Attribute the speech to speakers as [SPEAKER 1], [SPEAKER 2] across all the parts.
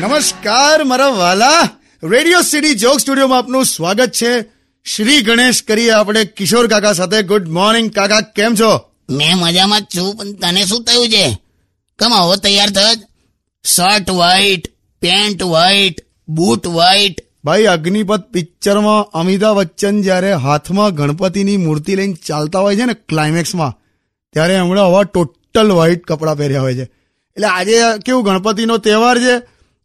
[SPEAKER 1] નમસ્કાર મારા વાલા રેડિયો સિટી જોક સ્ટુડિયોમાં આપનું સ્વાગત છે શ્રી ગણેશ કરીએ આપણે કિશોર કાકા સાથે ગુડ મોર્નિંગ કાકા કેમ છો
[SPEAKER 2] મેં મજામાં જ છું પણ તને શું થયું છે કમ આવો તૈયાર થયો જ? Shirt white pant white boot white
[SPEAKER 1] ભાઈ અગ્નિપથ પિક્ચરમાં અમિતાભ બચ્ચન જ્યારે હાથમાં ગણપતિની મૂર્તિ લઈને ચાલતા હોય છે ને ક્લાઇમેક્સમાં ત્યારે એમણે હવા ટોટલ વ્હાઈટ કપડાં પહેર્યા હોય છે એટલે આજે કેવું ગણપતિનો તહેવાર છે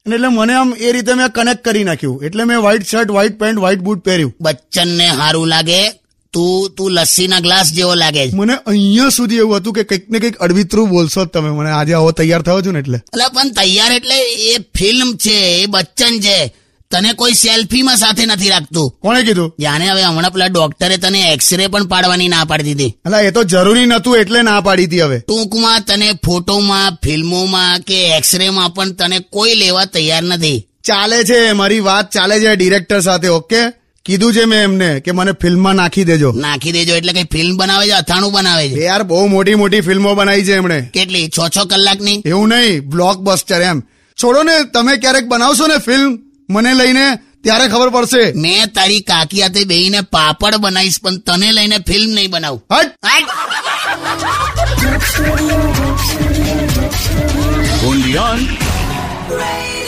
[SPEAKER 1] અને એટલે મને આમ એ રીતે મેં કનેક્ટ કરી નાખ્યું એટલે મેં white shirt white pant white boot પહેર્યું
[SPEAKER 2] બચ્ચનને સારું લાગે તું તું લસ્સીના ગ્લાસ જેવો લાગે છે
[SPEAKER 1] મને અહીંયા સુધી એવું હતું કે કંઈક ને કંઈક અડવિતરું બોલશો જ તમે મને આજે આવો તૈયાર થયો છું ને એટલે
[SPEAKER 2] એટલે પણ તૈયાર એટલે એ ફિલ્મ છે એ બચ્ચન છે તને કોઈ સેલ્ફીમાં સાથે નથી રાખતું
[SPEAKER 1] કોણે કીધું
[SPEAKER 2] જાણે હવે હમણાં પેલા ડોક્ટરે તને એક્સરે પણ પાડવાની ના પાડી દીધી
[SPEAKER 1] અલા એ તો જરૂરી નતું એટલે ના પાડી હતી હવે
[SPEAKER 2] ટૂંકમાં તને ફોટોમાં ફિલ્મોમાં કે એક્સરેમાં પણ તને કોઈ લેવા તૈયાર નથી
[SPEAKER 1] ચાલે છે મારી વાત ચાલે છે ડિરેક્ટર સાથે ઓકે કીધું છે મેં એમને કે મને ફિલ્મમાં નાખી દેજો
[SPEAKER 2] નાખી દેજો એટલે કઈ ફિલ્મ બનાવે છે અથાણું બનાવે છે
[SPEAKER 1] યાર બહુ મોટી મોટી ફિલ્મો બનાવી છે એમણે
[SPEAKER 2] કેટલી છ છ કલાકની
[SPEAKER 1] એવું નહીં બ્લોક બસ્ટર એમ છોડો ને તમે ક્યારેક બનાવશો ને ફિલ્મ મને લઈને ત્યારે ખબર પડશે
[SPEAKER 2] મેં તારી કાકી હાથે બેહીને પાપડ બનાવીશ પણ તને લઈને ફિલ્મ નહીં બનાવું
[SPEAKER 1] હટ
[SPEAKER 2] હટ!
[SPEAKER 3] only on
[SPEAKER 4] Radio